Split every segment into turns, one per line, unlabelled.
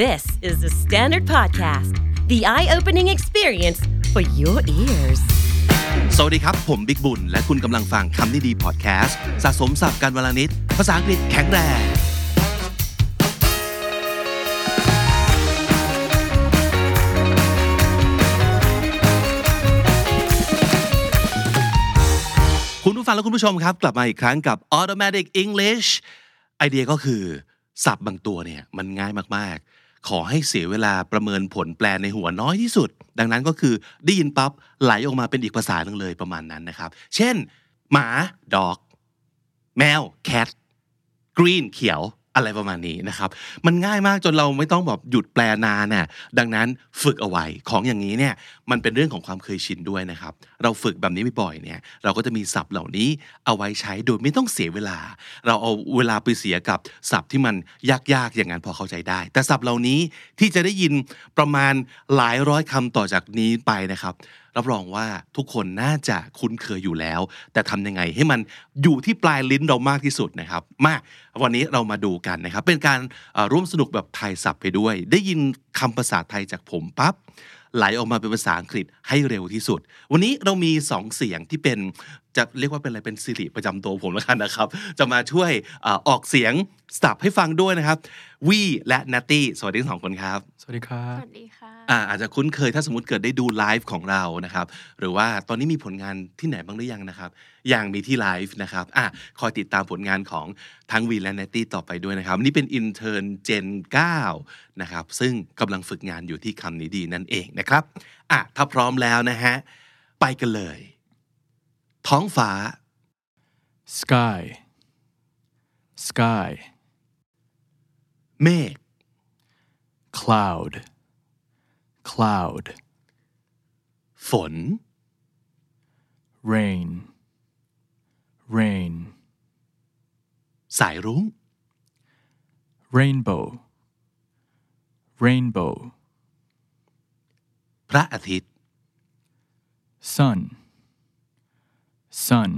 This is the Standard Podcast, the eye opening experience for your ears.
สวัสดีครับ ผมบิ๊กบุญ และคุณกำลังฟังคำนี้ดีพอดแคสต์สะสมสับการวลนิด ภาษาอังกฤษแข็งแรง คุณผู้ฟังและคุณผู้ชมครับ กลับมาอีกครั้งกับ Automatic English ไอเดียก็คือสับบางตัวเนี่ย มันง่ายมาก ๆ ขอให้เสียเวลาประเมินผลแปลในหัวน้อยที่สุด ดังนั้นก็คือได้ยินปั๊บไหลออกมาเป็นอีกภาษาหนึ่งเลยประมาณนั้นนะครับ เช่น หมา dog แมว cat กรีนเขียวอะไรประมาณนี้นะครับ มันง่ายมากจนเราไม่ต้องแบบหยุดแปลนานน่ะดังนั้นฝึกเอาไว้ของอย่างนี้เนี่ยมันเป็นเรื่องของความเคยชินด้วยนะครับ เราฝึกแบบนี้บ่อยๆเนี่ยเราก็จะมีศัพท์เหล่านี้เอาไว้ใช้โดยไม่ต้องเสียเวลา เราเอาเวลาไปเสียกับศัพท์ที่มันยากๆอย่างนั้นพอเข้าใจได้ แต่ศัพท์เหล่านี้ที่จะได้ยินประมาณหลายร้อยคำต่อจากนี้ไปนะครับ รับรองว่าทุกคนน่าจะคุ้นเคยอยู่แล้ว แต่ทำยังไงให้มันอยู่ที่ปลายลิ้นเรามากที่สุดนะครับ มาวันนี้เรามาดูกันนะครับ เป็นการเอ่อร่วมสนุกแบบไทยศัพท์ไปด้วย ได้ยินคำภาษาไทยจากผมปั๊บไหลออกมาเป็นภาษาอังกฤษให้เร็วที่สุด วันนี้เรามีสองเสียงที่เป็นจะเรียกว่าเป็นอะไรเป็นสิริประจำตัวผมแล้วกันนะครับ จะมาช่วยเอ่อออกเสียงสับให้ฟังด้วยนะครับวีและนัตตี้สวัสดีทั้งสองคนครับ
สวัสดีครั
ส
บ
วัสดีค่ะ
อ่าอาจจะคุ้นเคยถ้าสมมติเกิดได้ดูไลฟ์ของเรานะครับ หรือว่าตอนนี้มีผลงานที่ไหนบ้างหรือยังนะครับ ยังมีที่ไลฟ์นะครับอ่ะคอยติดตามผลงานของทั้งวีและเนตตี้ต่อไปด้วยนะครับ นี่เป็นอินเทอร์นเจน9นะครับ ซึ่งกำลังฝึกงานอยู่ที่คำนี้ดีนั่นเองนะครับอ่ะถ้าพร้อมแล้วนะฮะ ไปกันเลย ท้องฟ้า
sky sky
เมฆ
cloud cloud
ฝน
rain rain
สายรุ้ง
rainbow rainbow
พระอาทิตย์
sun sun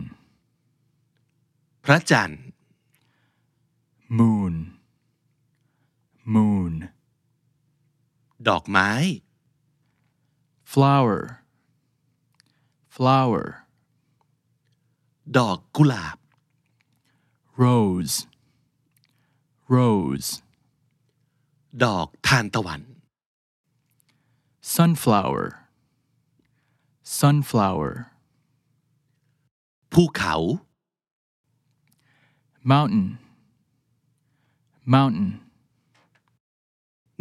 พระจันทร์
moon moon
ดอกไม้
flower flower
ดอกกุหลาบ
rose rose
ดอกทานตะวัน
sunflower sunflower
ภูเขา
mountain mountain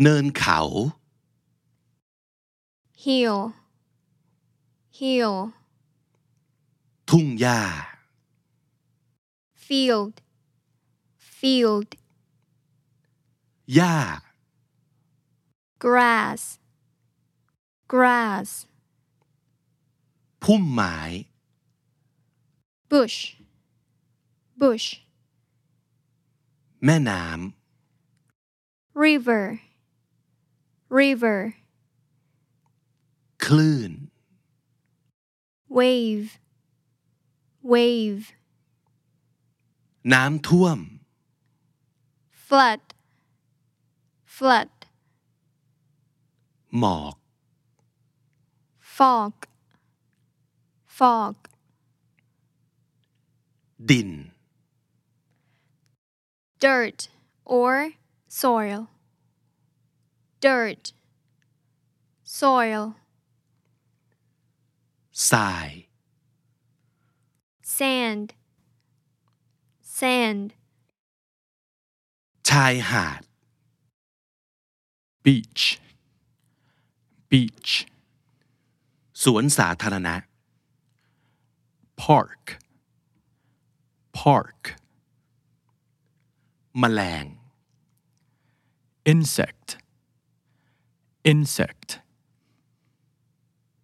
เนินเขา
hill hill
ทุ่งหญ้า
field field
หญ้า
grass grass
พุ่มไม้
bush bush
แม่น้
river river
ำ คลื่น
wave wave
น้ำท่วม
flood flood
หมอก
fog fog
ดิน
dirt or soil dirt soil
ทราย
sand sand
ชายหาด
beach beach
สวนสาธารณะ
park park
แมลง
insect insect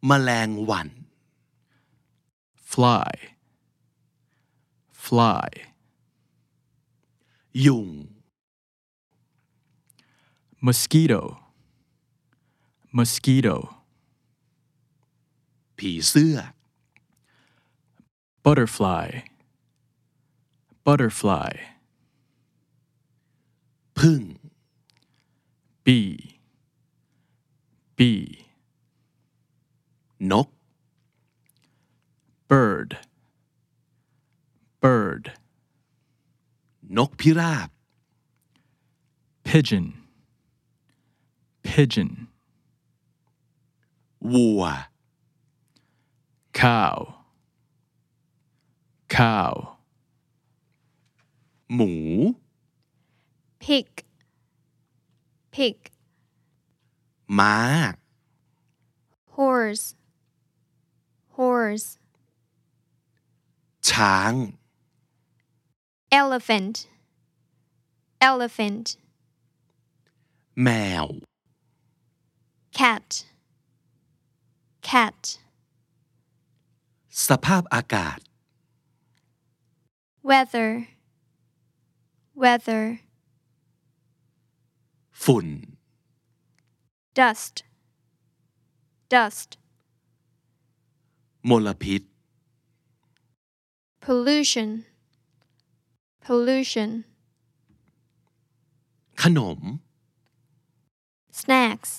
แมลงวัน
fly fly
ยุง
mosquito mosquito
ผีเสื้อ
butterfly butterfly
พึ่ง
bee, bee,
นก
bird, bird,
นกพิราบ
pigeon, pigeon,
วัว
cow, cow,
หมู
pig, pig,
ม้า
horse, horse,
ช้าง
elephant, elephant,
แมว
cat, cat,
สภาพอากาศ
weather, weather,
ฝุ่น
dust, dust,
มลพิษ
pollution, pollution,
ขนม
snacks,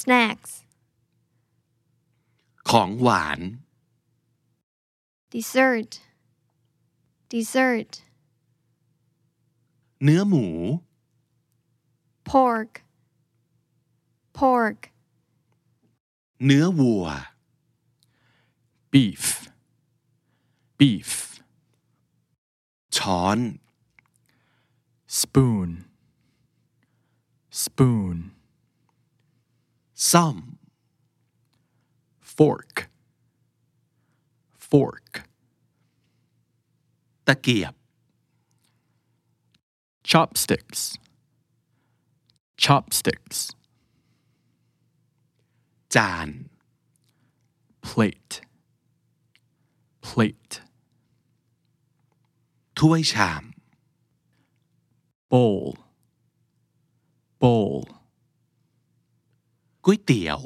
snacks,
ของหวาน
dessert, dessert,
เนื้อหมู
pork, pork,
เนื้อวัว
beef, beef,
ช้อน
spoon, spoon,
ซ่อม
fork, fork,
ตะเกียบ
chopsticks, chopsticks,
จาน
plate, plate,
ถ้วยชาม
bowl, bowl,
ก๋วยเตี๋ยว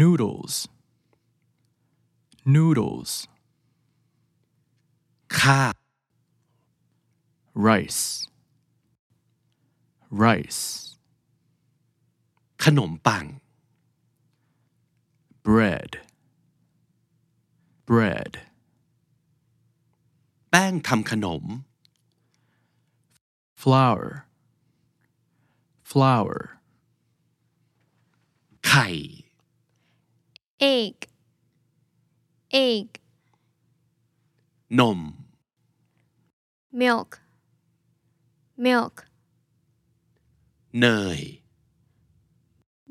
noodles, noodles,
ข้าว
rice, rice,
ขนมปัง
bread, bread,
แป้งทำขนม
flour, flour,
ไข่
egg, egg,
นม
milk, milk,
เนย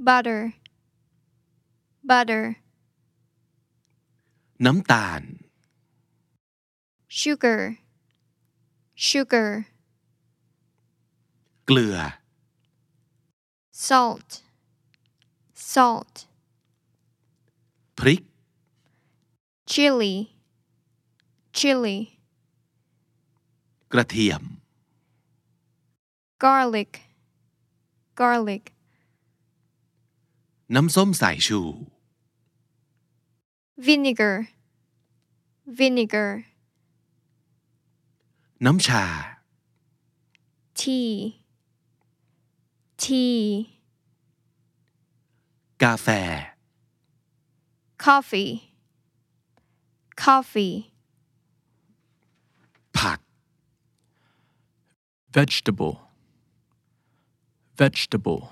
butter, butter,
น้ำตาล
sugar, sugar,
เกลือ
salt, salt,
พริก
chili, chili,
กระเทียม
garlic, garlic,
น้ำส้มสายชู
vinegar, vinegar,
น้ำชา
tea, tea,
กาแฟ
coffee, coffee,
ผัก
vegetable, vegetable,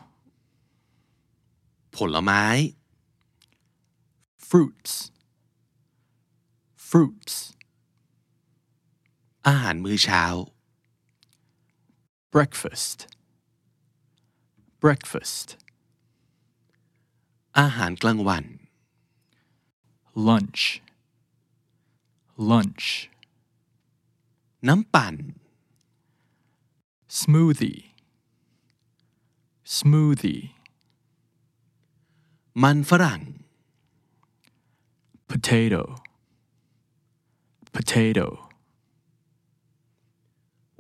ผลไม้
fruits, fruits,
อาหารมื้อเช้า
breakfast, breakfast,
อาหารกลางวัน
lunch, lunch,
น้ำปั่น
smoothie, smoothie,
มันฝรั่ง
potato, potato,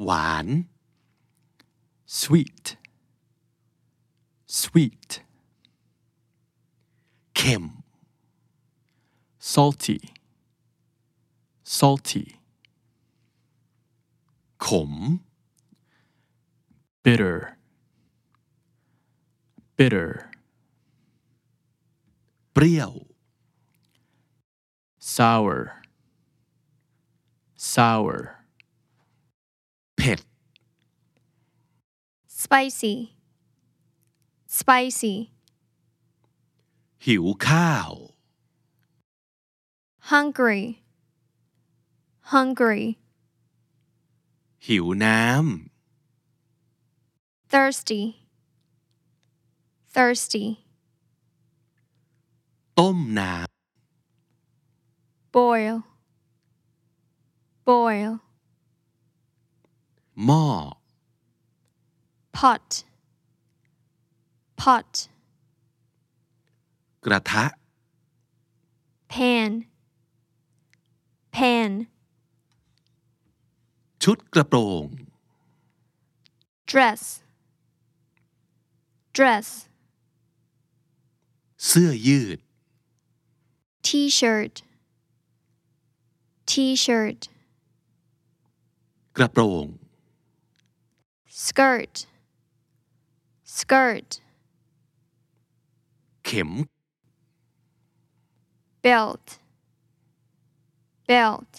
หวาน
sweet, sweet,
เค็ม
salty, salty,
ขม
bitter, bitter,
เปรี้ยว
sour, sour,
เผ็ด
spicy, spicy,
หิวข้าว
hungry, hungry,
หิวน้ำ
thirsty, thirsty,
ต้มน้ำ
boil, boil,
หม้อ
pot, pot,
กระทะ
pan, pan,
ชุดกระโปรง
dress, dress,
เสื้อยืด
t-shirt, t-shirt,
กระโปรง
skirt, skirt,
เข็ม
belt, belt,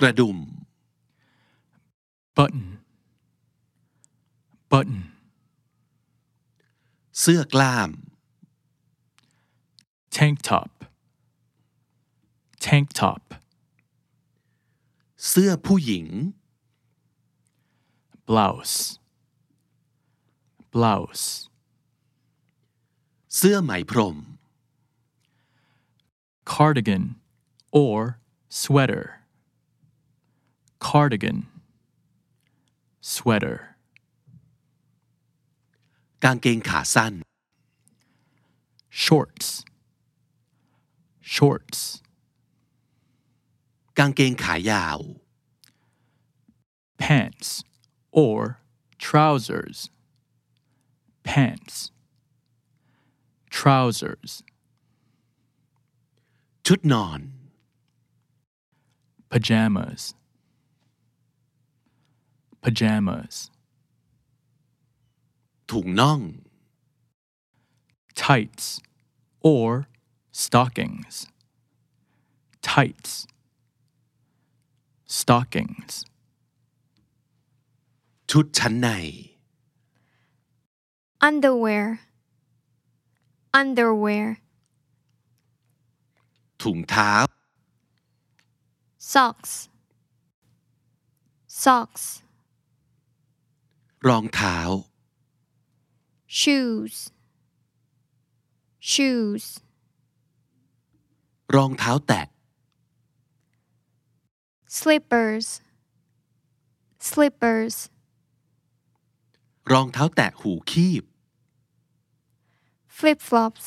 กระดุม
button, button,
เสื้อกล้าม
tank top, tank top,
เสื้อผู้หญิง
blouse, blouse,
เสื้อไหมพรม
cardigan or sweater, cardigan, sweater,
กางเกงขาสั้น
shorts, shorts,
กางเกงขายาว
pants or trousers, pants, trousers,
ชุดนอน
pajamas, pajamas,
ถุงน่อง
tights or stockings, tights, stockings,
ชุดชั้นใน
underwear, underwear,
ถุงเท้า
socks, socks,
รองเท้า
shoes, shoes,
รองเท้าแตะ
slippers, slippers,
รองเท้าแตะหูคีบ
flip flops,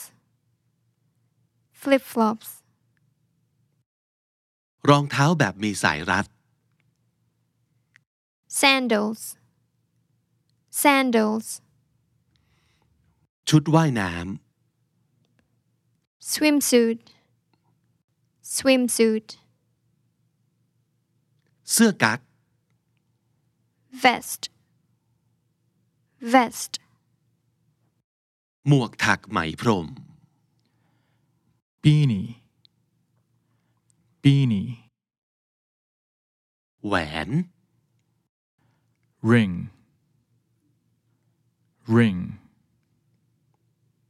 flip flops,
รองเท้าแบบมีสายรัด
sandals, sandals,
ชุดว่ายน้
swimsuit, swimsuit,
ำ เสื้อกั๊ก
vest, vest,
หมวกถักไหมพรม
beanie, beanie,
แหวน
ring, ring,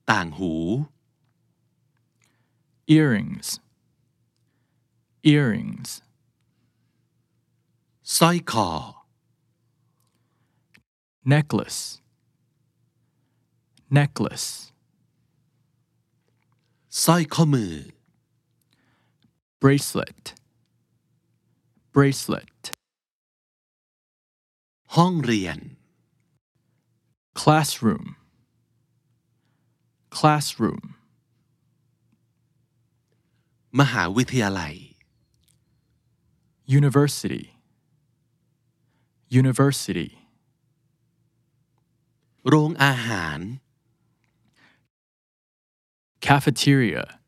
ต่างหู
earrings, earrings,
สร้อยคอ
necklace, necklace,
สร้อยข้อมือ
bracelet, bracelet,
ห้องเรียน
classroom, classroom,
มหาวิทยาลัย
university, university,
โรงอาหาร
cafeteria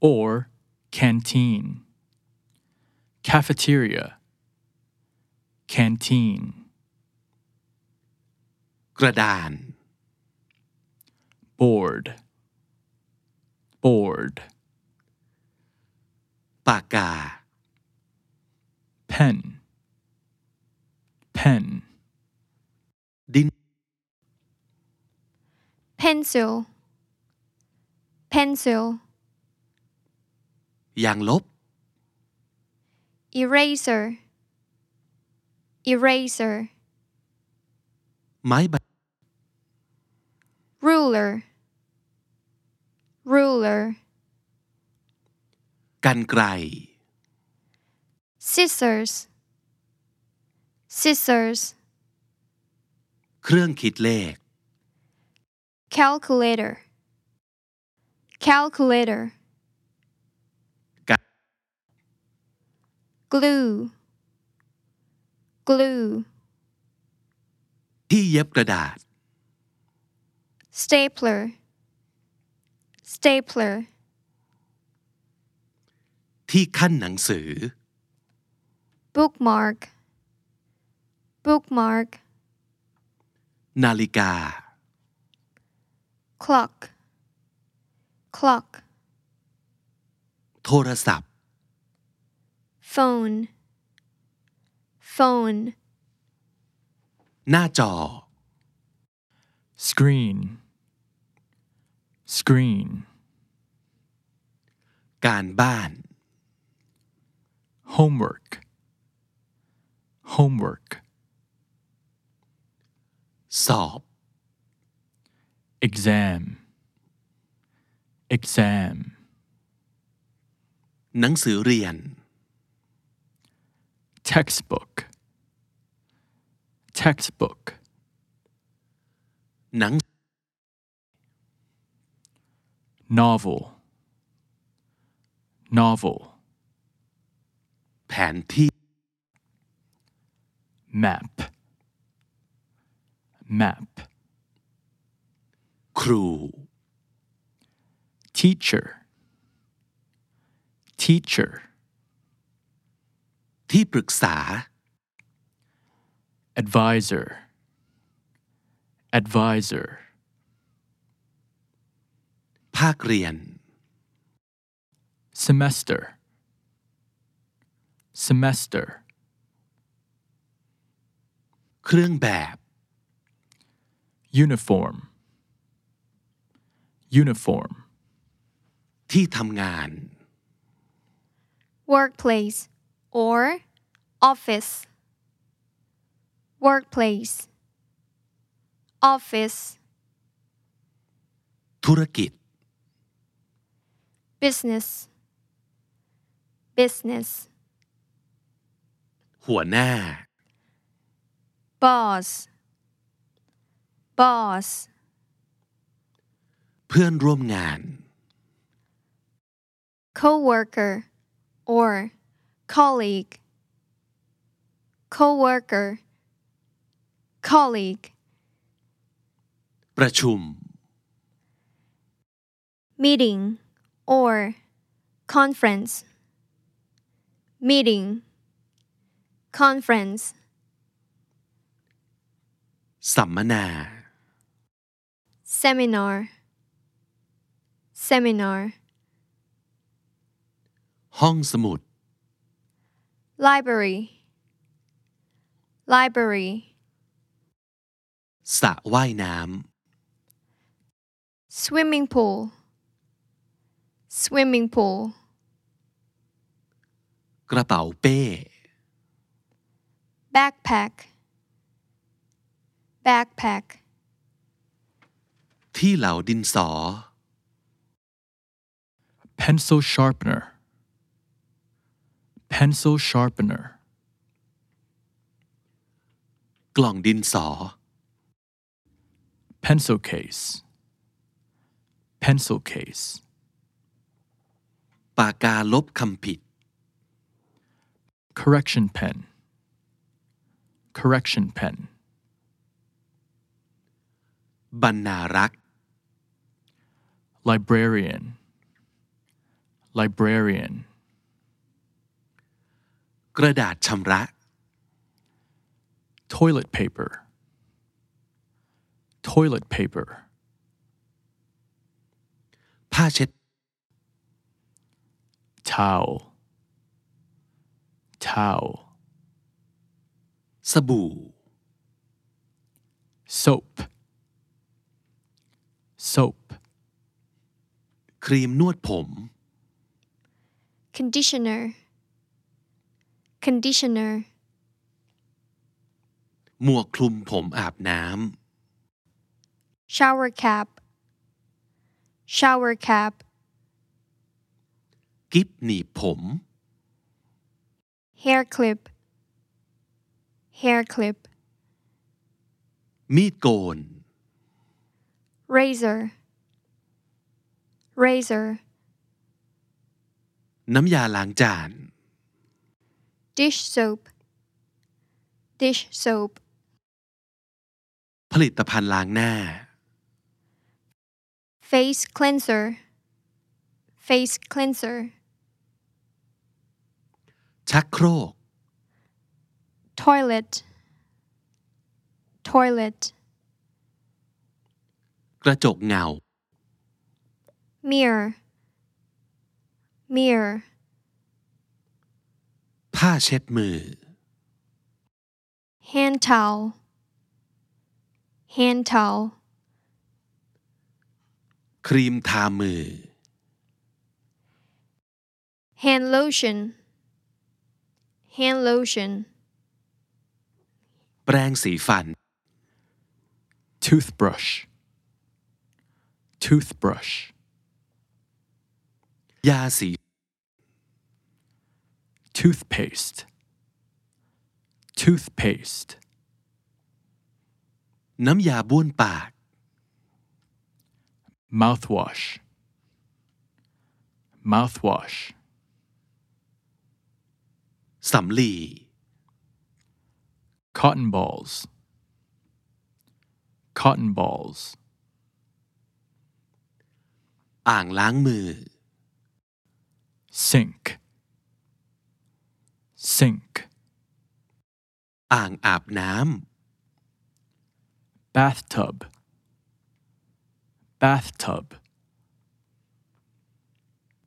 or canteen, cafeteria, canteen,
กระดาน
board, board,
ปากกา
pen, pen,
ดิน
pencil, pencil,
ยางลบ
eraser, eraser,
ไม้บรร
ruler, ruler,
กันไกล
scissors, scissors,
เครื่องคิดเลข
calculator, calculator,
Ga-
glue, glue,
ที่เย็บกระดาษ
stapler, stapler,
ที่ขั้นหนังสือ
bookmark, bookmark,
นาฬิกา
clock, clock,
โทรศัพท์
phone, phone,
หน้าจอ
screen, screen,
การบ้าน
homework, homework,
สอบ
exam, exam,
หนังสือเรียน
textbook, textbook,
หนัง
novel, novel,
แผนที่
map, map,
ครู
teacher, teacher,
ที่ปรึกษา
advisor, advisor,
ภาคเรียน
semester, semester,
เครื่องแบบ
uniform, uniform,
ที่ทำงาน
workplace or office, workplace, office,
ธุรกิจ
business, business,
หัวหน้า
boss, boss,
เพื่อนร่วมงาน
coworker or colleague, coworker, colleague,
ประชุม
meeting or conference, meeting, conference,
สัมมนา
seminar, seminar,
ห้องสมุด
library, library,
สระว่ายน้
swimming pool, swimming pool.
ำ กระเป๋าเป้
backpack backpack
ที่เหลาดินสอ
pencil sharpener, pencil sharpener,
กล่องดินสอ
pencil case, pencil case,
ปากกาลบคำผิด
correction pen, correction pen,
บรรณารักษ์
librarian, librarian,
กระดาษชำระ
toilet paper, toilet paper,
ผ้าเช็ด
towel, towel,
สบู่
soap, soap,
ครีมนวดผม
conditioner, conditioner,
หมวกคลุมผมอาบน้ำ
shower cap, shower cap,
กิ๊บหนีบผม
hair clip, hair clip,
มีดโกน
razor, razor,
น้ำยาล้างจาน
dish soap, dish soap,
ผลิตภัณฑ์ล้างหน้า
face cleanser, face cleanser,
ชักโครก
toilet, toilet,
กระจกเงา
mirror, mirror,
ผ้าเช็ดมือ
hand towel, hand towel,
ครีมทามือ
hand lotion, hand lotion,
แปรงสีฟัน
toothbrush, toothbrush,
ยาสี
toothpaste, toothpaste,
น้ำยาบ้วนปาก
mouthwash, mouthwash,
สำลี
cotton balls, cotton balls,
อ่างล้างมือ
sink, sink,
อ่างอาบน้
bathtub, bathtub,
ำ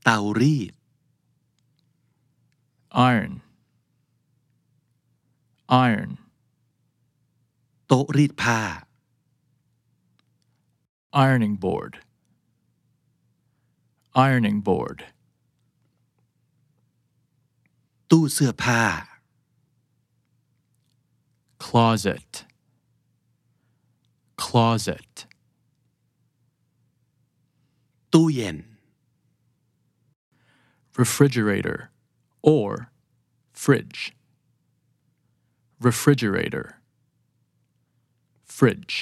เตารีด
iron, iron,
โต๊ะรีดผ้า
ironing board, ironing board,
ตู้เสื้อผ้า
closet, closet,
ตู้เย็น
refrigerator or fridge. Refrigerator, fridge,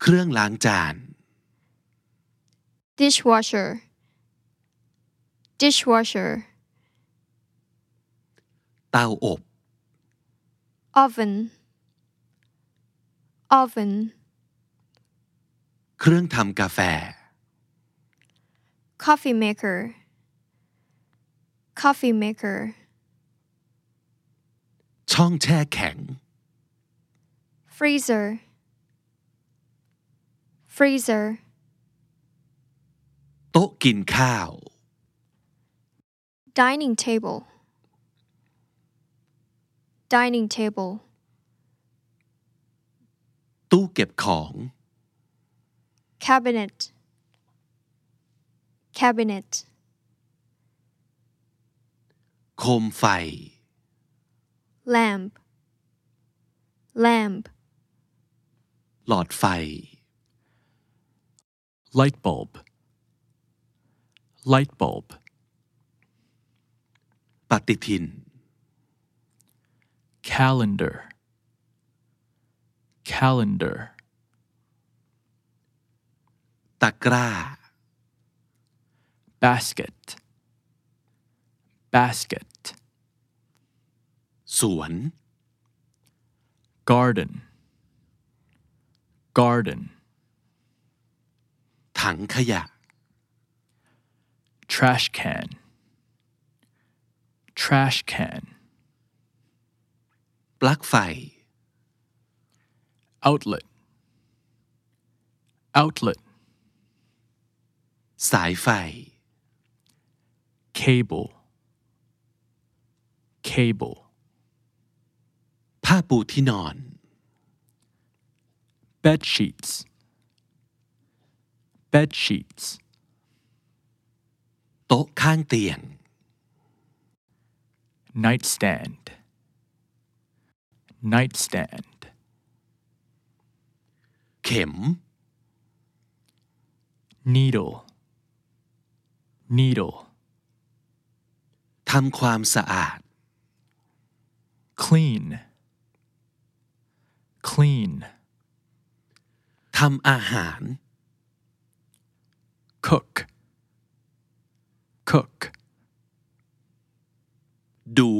เครื่องล้างจาน
dishwasher, dishwasher,
เตาอบ
oven, oven,
เครื่องทำกาแฟ
coffee maker, coffee maker,
ช่องแช่แข็ง
freezer, freezer,
โต๊ะกินข้าว
dining table, dining table,
ตู้เก็บของ
cabinet, cabinet,
โคมไฟ
lamp, lamp,
หลอดไฟ
light bulb, light bulb,
ปฏิทิน
calendar, calendar,
ตะกร้า
basket, basket,
สวน
garden, garden,
ถังขยะ
trash can, trash can,
ปลั๊กไฟ
outlet, outlet,
สายไฟ
cable, cable,
ผ้าปูที่นอน
bed sheets, bed sheets,
โต๊ะข้างเตียง
nightstand, nightstand,
เข็ม
needle, needle,
ทำความสะอาด
clean, clean,
ทำอาหาร
cook, cook,
ดู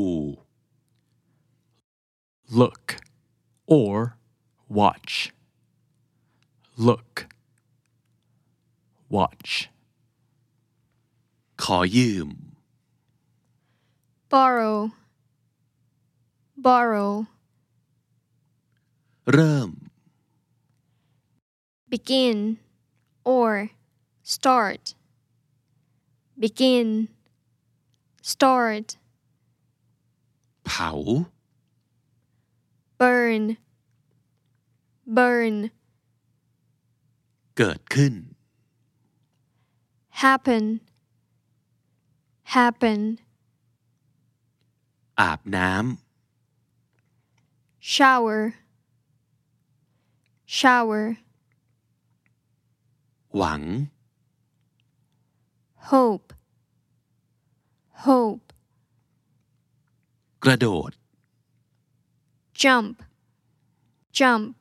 look, or watch, look, watch,
ขอยืม
borrow, borrow,
เริ่ม
begin, or start, begin, start,
เผา
burn, burn,
เกิดขึ้น
happen, happen,
อาบน้
shower, shower,
ำ หวัง
hope, hope,
กระโดด
jump, jump,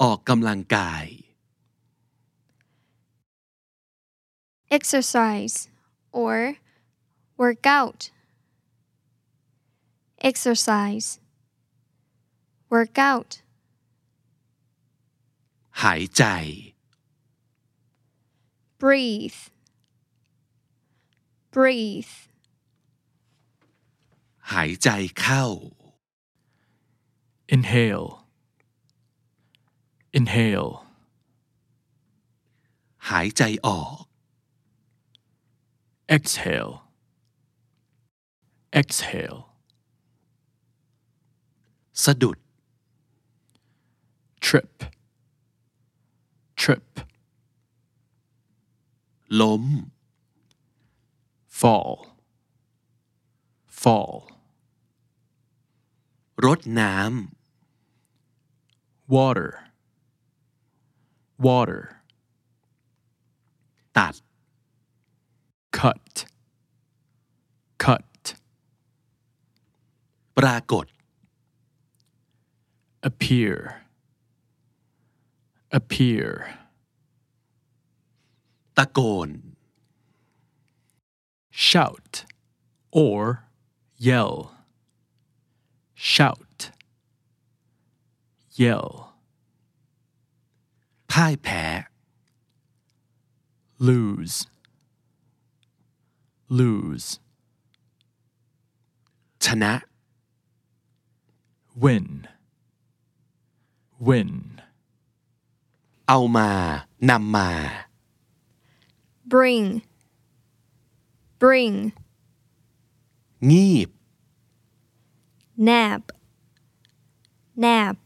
ออกกำลังกาย
exercise or work out. Exercise, work out,
หายใจ
breathe, breathe,
หายใจเข้า
inhale, inhale,
หายใจออก
exhale, exhale,
สะดุด
trip, trip,
ล้ม
fall, fall,
รดน้ำ
water, water,
ตัด
cut, cut,
ปรากฏ
appear, appear,
ตะโกน
shout or yell, shout, yell,
พ่ายแพ้
lose, lose,
ชนะ
win, win,
เอามานำมา
bring, bring,
งีบ
nap, nap,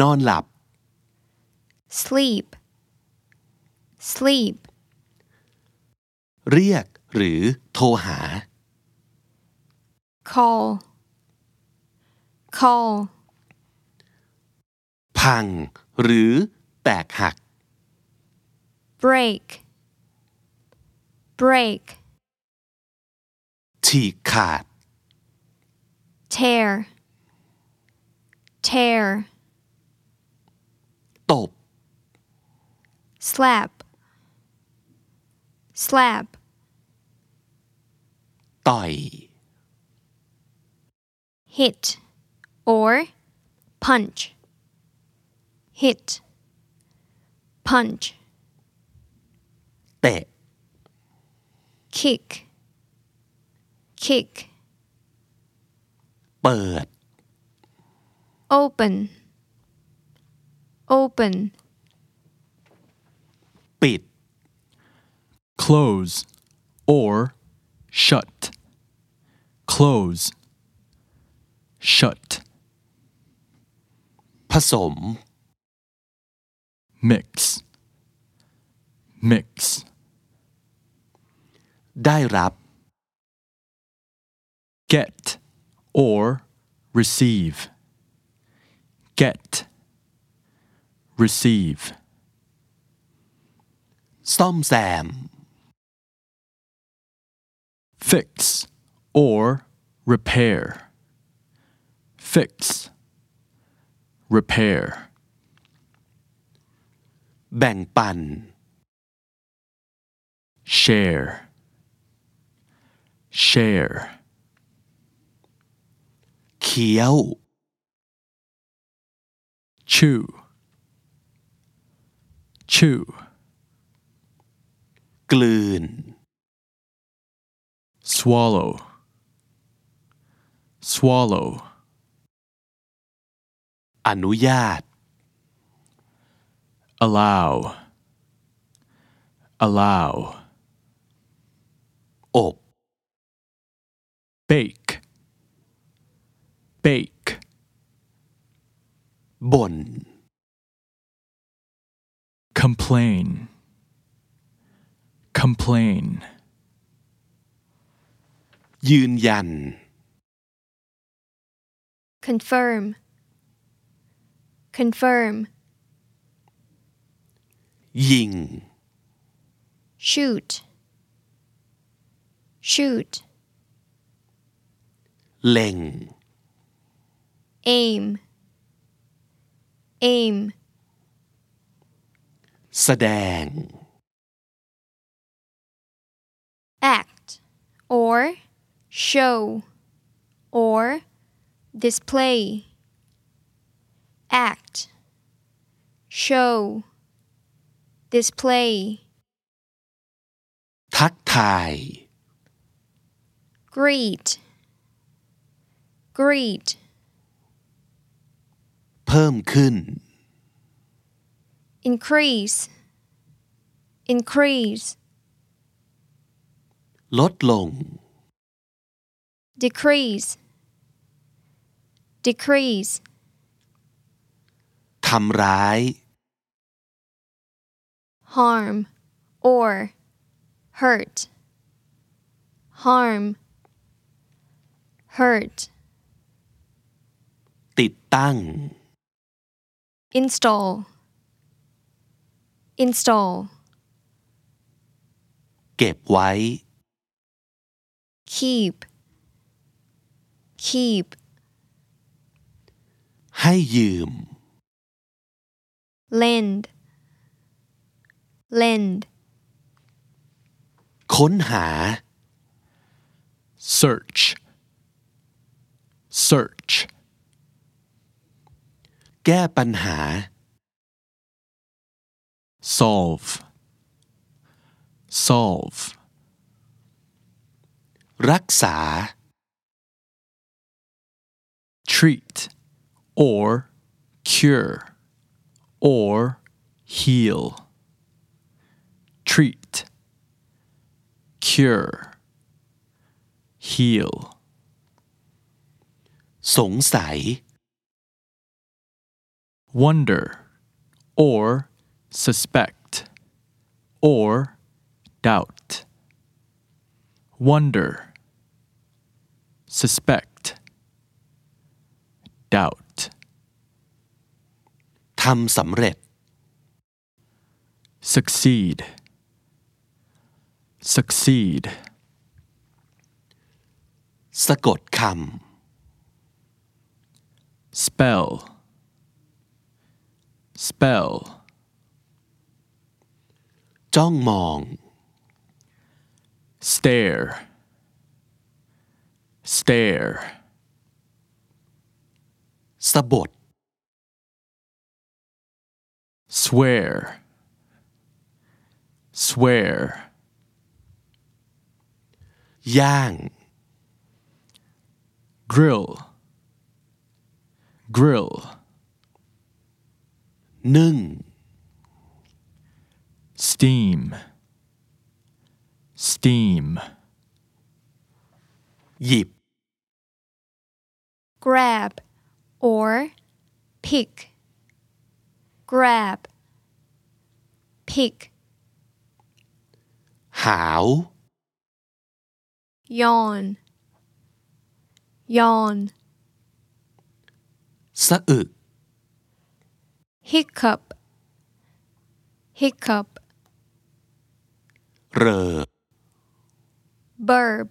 นอนหลับ
sleep, sleep,
เรียกหรือโทรหา
call, call,
พัง หรือแตกหัก
break, break,
ฉีกขาด
tear, tear,
ตบ
slap, slap,
ต่อย
hit, or punch, hit, punch,
เตะ
kick, kick,
เปิด
open, open,
ปิด
close or shut. Close, shut,
ผสม
mix, mix,
ได้รับ
get or receive. Get, receive,
ซ่อมแซม
fix or repair. Fix, repair,
แบ่งปัน
share, share.
เคี้ยว
chew, chew,
กลืน
swallow, swallow,
อนุญาต
allow, allow,
อบ
bake, bake,
บ่น
complain, complain,
ยืนยัน
confirm, confirm,
ยิง
shoot, shoot,
เล็ง
aim, aim,
แสดง
act, or show, or display, act, show, display,
ทักทาย
greet, greet,
เพิ่มขึ้น
increase, increase,
ลดลง
decrease, decrease,
ทำร้าย
harm, or hurt, harm, hurt,
ติดตั้ง
install, install,
เก็บไว้
keep, keep,
ให้ยืม
lend, lend,
ค้นหา
search, search,
แก้ปัญหา
solve, solve,
รักษา
treat or cure or heal. Treat, cure, heal,
สงสัย
wonder or suspect or doubt. Wonder, suspect, doubt.
ทำสำเร็จ
succeed succeed
สะกดค
spell spell
ำ จ้องมอง
stare stare
สะบด
swear swear
ย่าง
grill grill
นึ่ง
steam steam, steam,
หยิบ
grab or pick grab pick
หาว
yawn yawn
สะอึก
hiccup hiccup
เหรอ
burp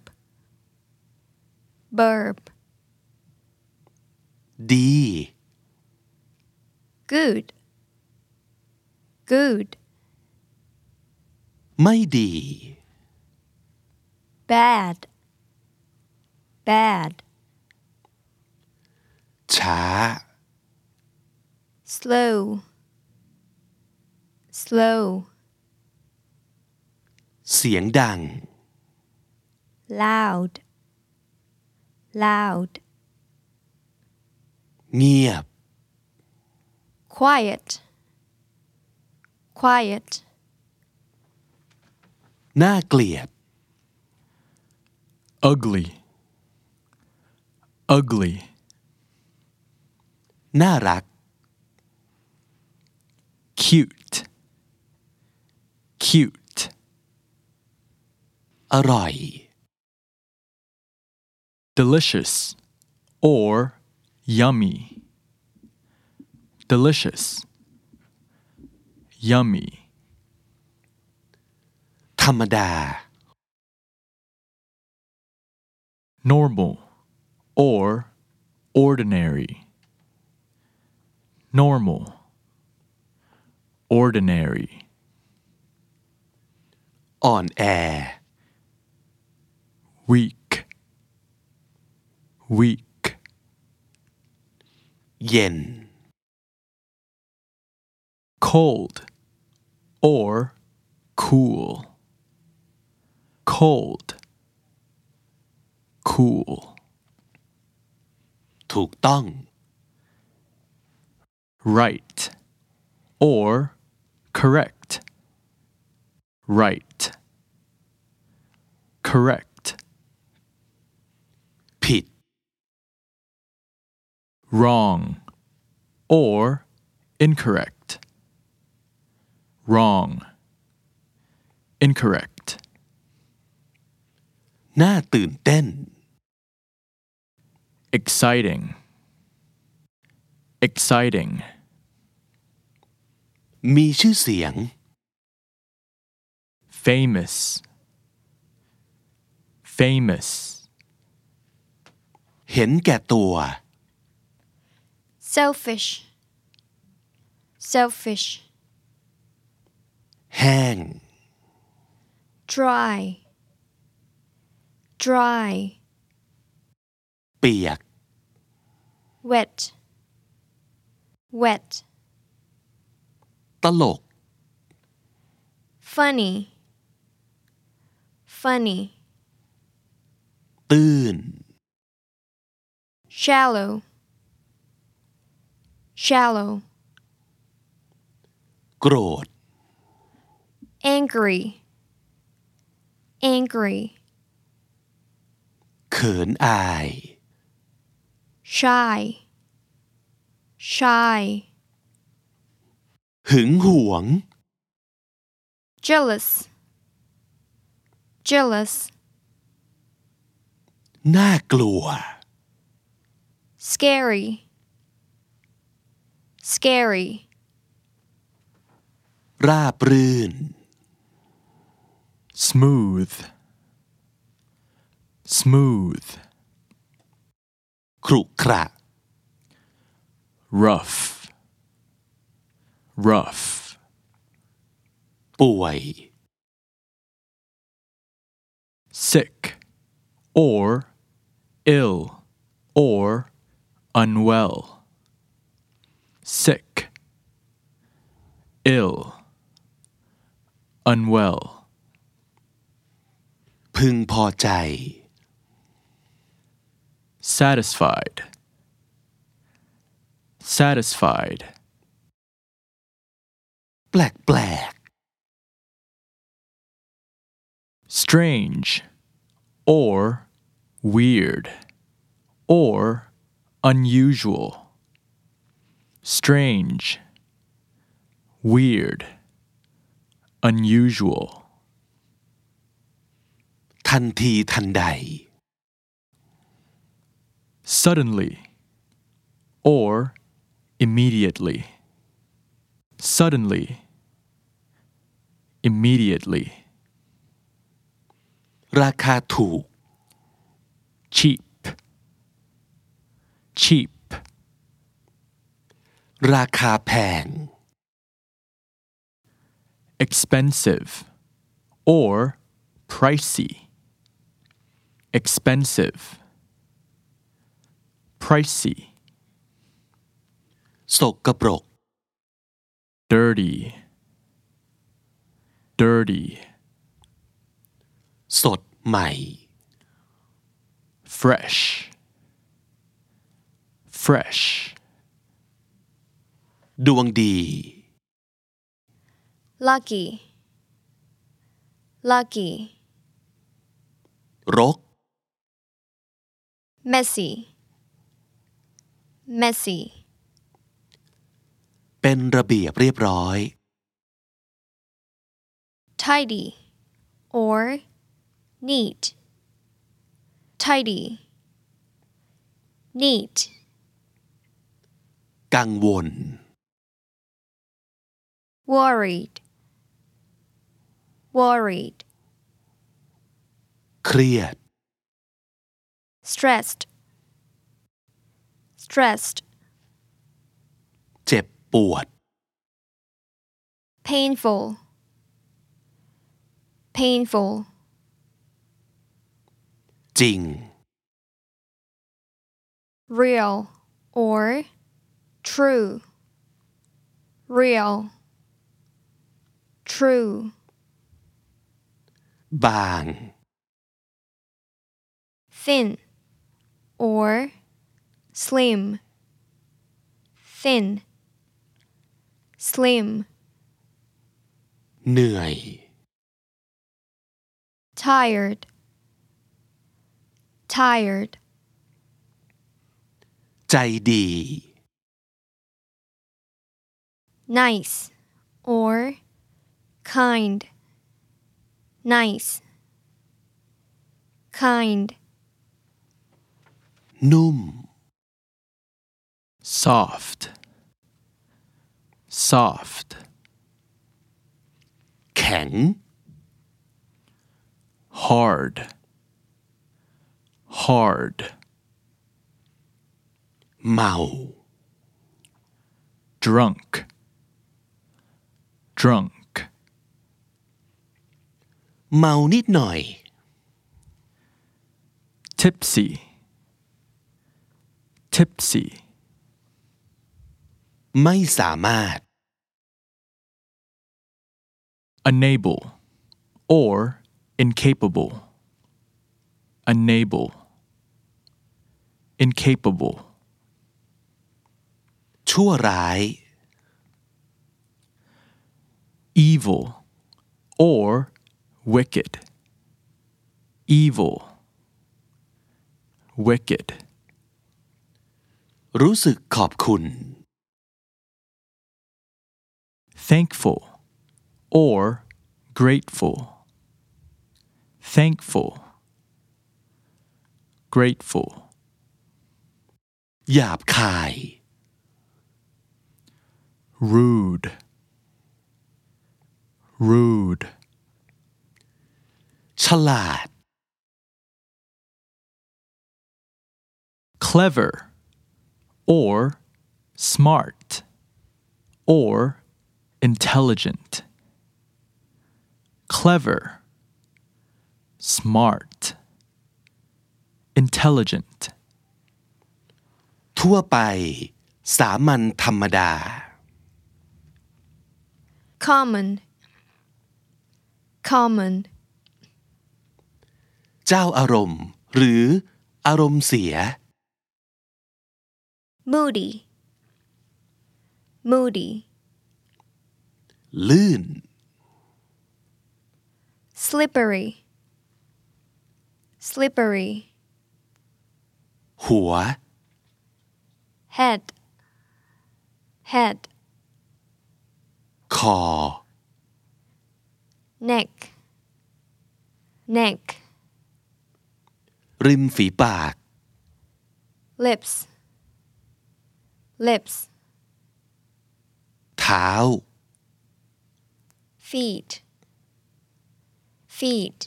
burp
ดี
good good
ไม่ดี
bad bad
ช้า
slow slow
เสียงดัง
loud loud
เงียบ
quiet quiet
น่าเกลียด
ugly, ugly,
น่ารัก
cute, cute,
อร่อย
delicious, or yummy, delicious, yummy,
ธรรมดา
normal, or ordinary, normal, ordinary,
อ่อนแอ
weak, weak,
เย็น
cold or cool. Cold, cool.
ถูกต้อง
Right or correct. Right, correct.
ผิด
Wrong or incorrect. Wrong, incorrect.
น่าตื่นเต้น
Exciting, exciting.
มีชื่อเสียง
famous famous
เห็นแก่ตัว
selfish selfish
แห้ง
dry dry
เปียก
wet wet
ตลก
funny funny
ตื่น
shallow shallow
โกรธ
angry angry
เขินอาย
shy shy
หึงหวง
jealous jealous
น่ากลัว
scary scary
ราบรื่น
smooth smooth
ขรุขระ
rough rough
ป่วย
sick or ill or unwell sick ill unwell
พึงพอใจ
satisfied satisfied
แปลกแปลก
strange, or weird, or unusual. Strange, weird, unusual.
ทันทีทันใด
suddenly or immediately. Suddenly, immediately,
ราคาถูก
cheap, cheap,
ราคาแพง
expensive, or pricey, expensive, pricey,
สกปรก
dirty, dirty,
สดใหม่
fresh, fresh.
ดวงดี
lucky, lucky,
รก
messy, messy,
เป็นระเบียบเรียบร้อย
tidy, or neat, tidy, neat,
กังวล
worried, worried,
เครียด
stressed, stressed,
เจ็บปวด
painful, painful,
จริง
real or true, real, true,
บาง
thin or slim, thin, slim,
เหนื่อย
tired, tired,
ใจดี
nice or kind, nice, kind.
นุ่ม
soft, soft,
แข็ง
hard, hard,
เมา
drunk, drunk,
เมานิดหน่อย
tipsy, tipsy,
ไม่สามารถ
unable or incapable, unable, incapable,
ชั่วร้าย
evil or wicked, evil, wicked.
รู้สึกขอบคุณ
thankful or grateful. Thankful, grateful,
หยาบคาย
rude, rude,
ฉลาด
clever or smart or intelligent. Clever, smart, intelligent.
ทั่วไป สามัญธรรมดา
common common
เจ้าอารมณ์ หรือ อารมณ์เสีย
moody moody
ลื่น
slippery slippery,
หัว
head, head,
คอ
neck, neck,
ริมฝีปาก
lips, lips,
เท้า
feet, feet,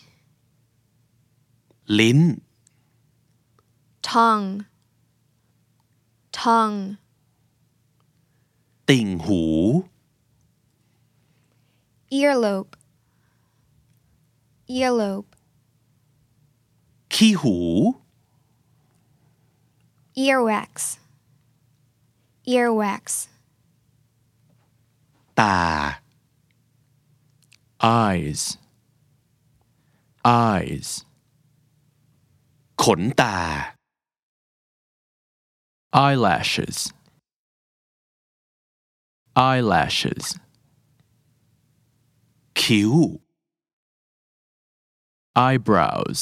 ลิ้น
tongue, tongue,
ติ่งหู
earlobe, earlobe,
ขี้หู
earwax, earwax,
ตา
eyes, eyes,
ขนตา
eyelashes, eyelashes,
คิ้ว
eyebrows,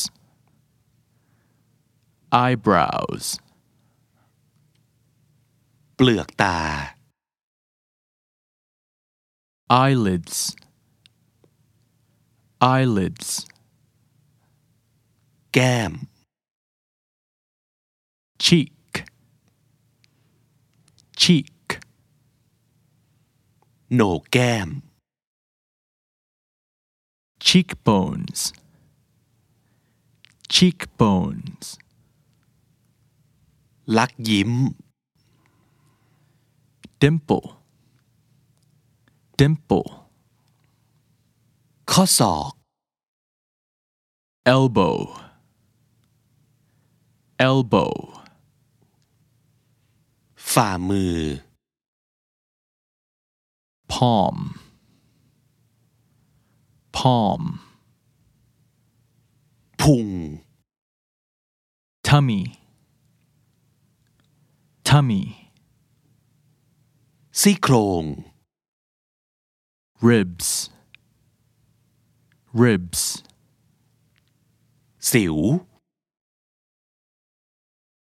eyebrows,
เปลือกตา
eyelids, eyelids,
แก้ม
cheek, cheek,
โหนกแก้ม
cheekbones, cheekbones,
ลักยิ้ม
dimple, dimple,
ข้อศอก
elbow, elbow,
ฝ่ามือ
palm, palm,
พุง
tummy, tummy,
ซี่โครง
ribs, ribs,
สิว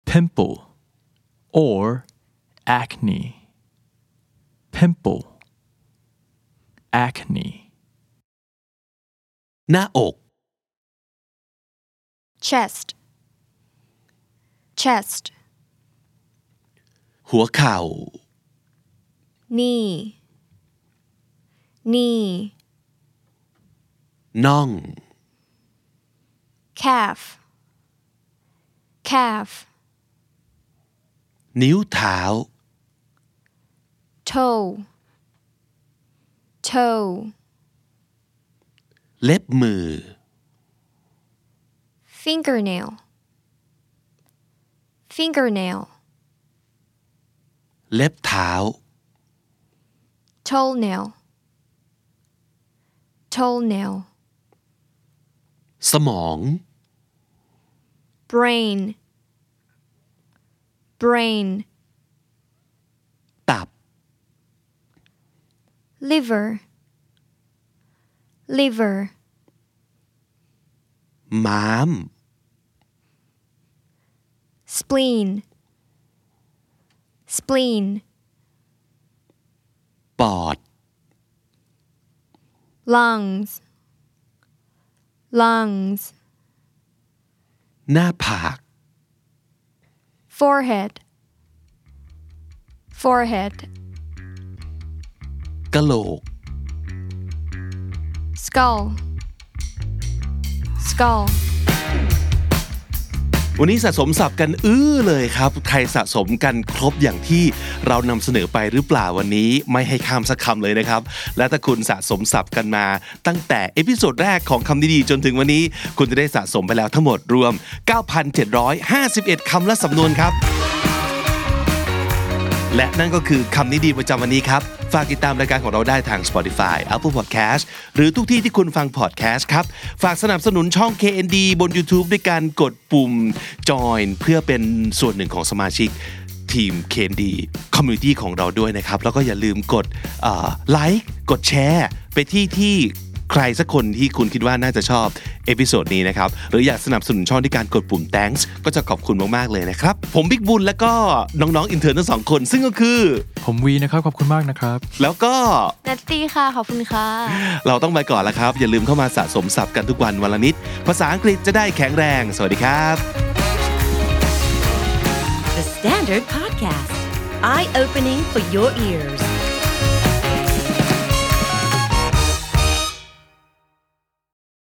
pimple or acne, pimple, acne,
หน้าอก
chest, chest,
หัวเข่า
knee, knee,
น่อง
calf, calf,
นิ้วเท้า
toe, toe,
เล็บมือ
fingernail, fingernail,
เล็บเท้า
toenail, toenail,
สมอง
brain, brain,
ตับ
liver, liver,
ม้าม
spleen, spleen,
ปอด
lungs, lungs,
หน้าผาก
forehead, forehead,
กะโหลก
skull, skull.
วันนี้สะสมศัพท์กันอื้อเลยครับ ไทยสะสมกันครบอย่างที่เรานำเสนอไปหรือเปล่าวันนี้ไม่ให้ข้ามสักคำเลยนะครับ และถ้าคุณสะสมศัพท์กันมาตั้งแต่เอพิโซดแรกของคำดีๆจนถึงวันนี้ คุณจะได้สะสมไปแล้วทั้งหมดรวม 9,751คำและสำนวนครับ และนั่นก็คือคำนี้ดีประจำวันนี้ครับ ฝากติดตามรายการของเราได้ทาง Spotify Apple Podcast หรือทุกที่ที่คุณฟัง podcast ครับ ฝากสนับสนุนช่อง KND บน YouTube ด้วยการกดปุ่ม join เพื่อเป็นส่วนหนึ่งของสมาชิกทีม KND Community ของเราด้วยนะครับ แล้วก็อย่าลืมกดไลค์กดแชร์ ไปที่ที่ใครสักคนที่คุณคิดว่าน่าจะชอบ เอพิโซดนี้นะครับ หรืออยากสนับสนุนช่องด้วยการกดปุ่ม thanks ก็จะขอบคุณมาก ๆ เลยนะครับ ผมบิ๊กบุญและก็น้องๆอินเทอร์ทั้งสองคน ซึ่งก็คือ
ผมวีนะครับ ขอบคุณมากนะครับ
แล้วก็
นัตตี้ค่ะ ขอบคุณค่ะ
เราต้องไปก่อนแล้วครับ อย่าลืมเข้ามาสะสมศัพท์กันทุกวันวันละนิด ภาษาอังกฤษจะได้แข็งแรง สวัสดีครับ
The Standard Podcast, eye opening for your ears.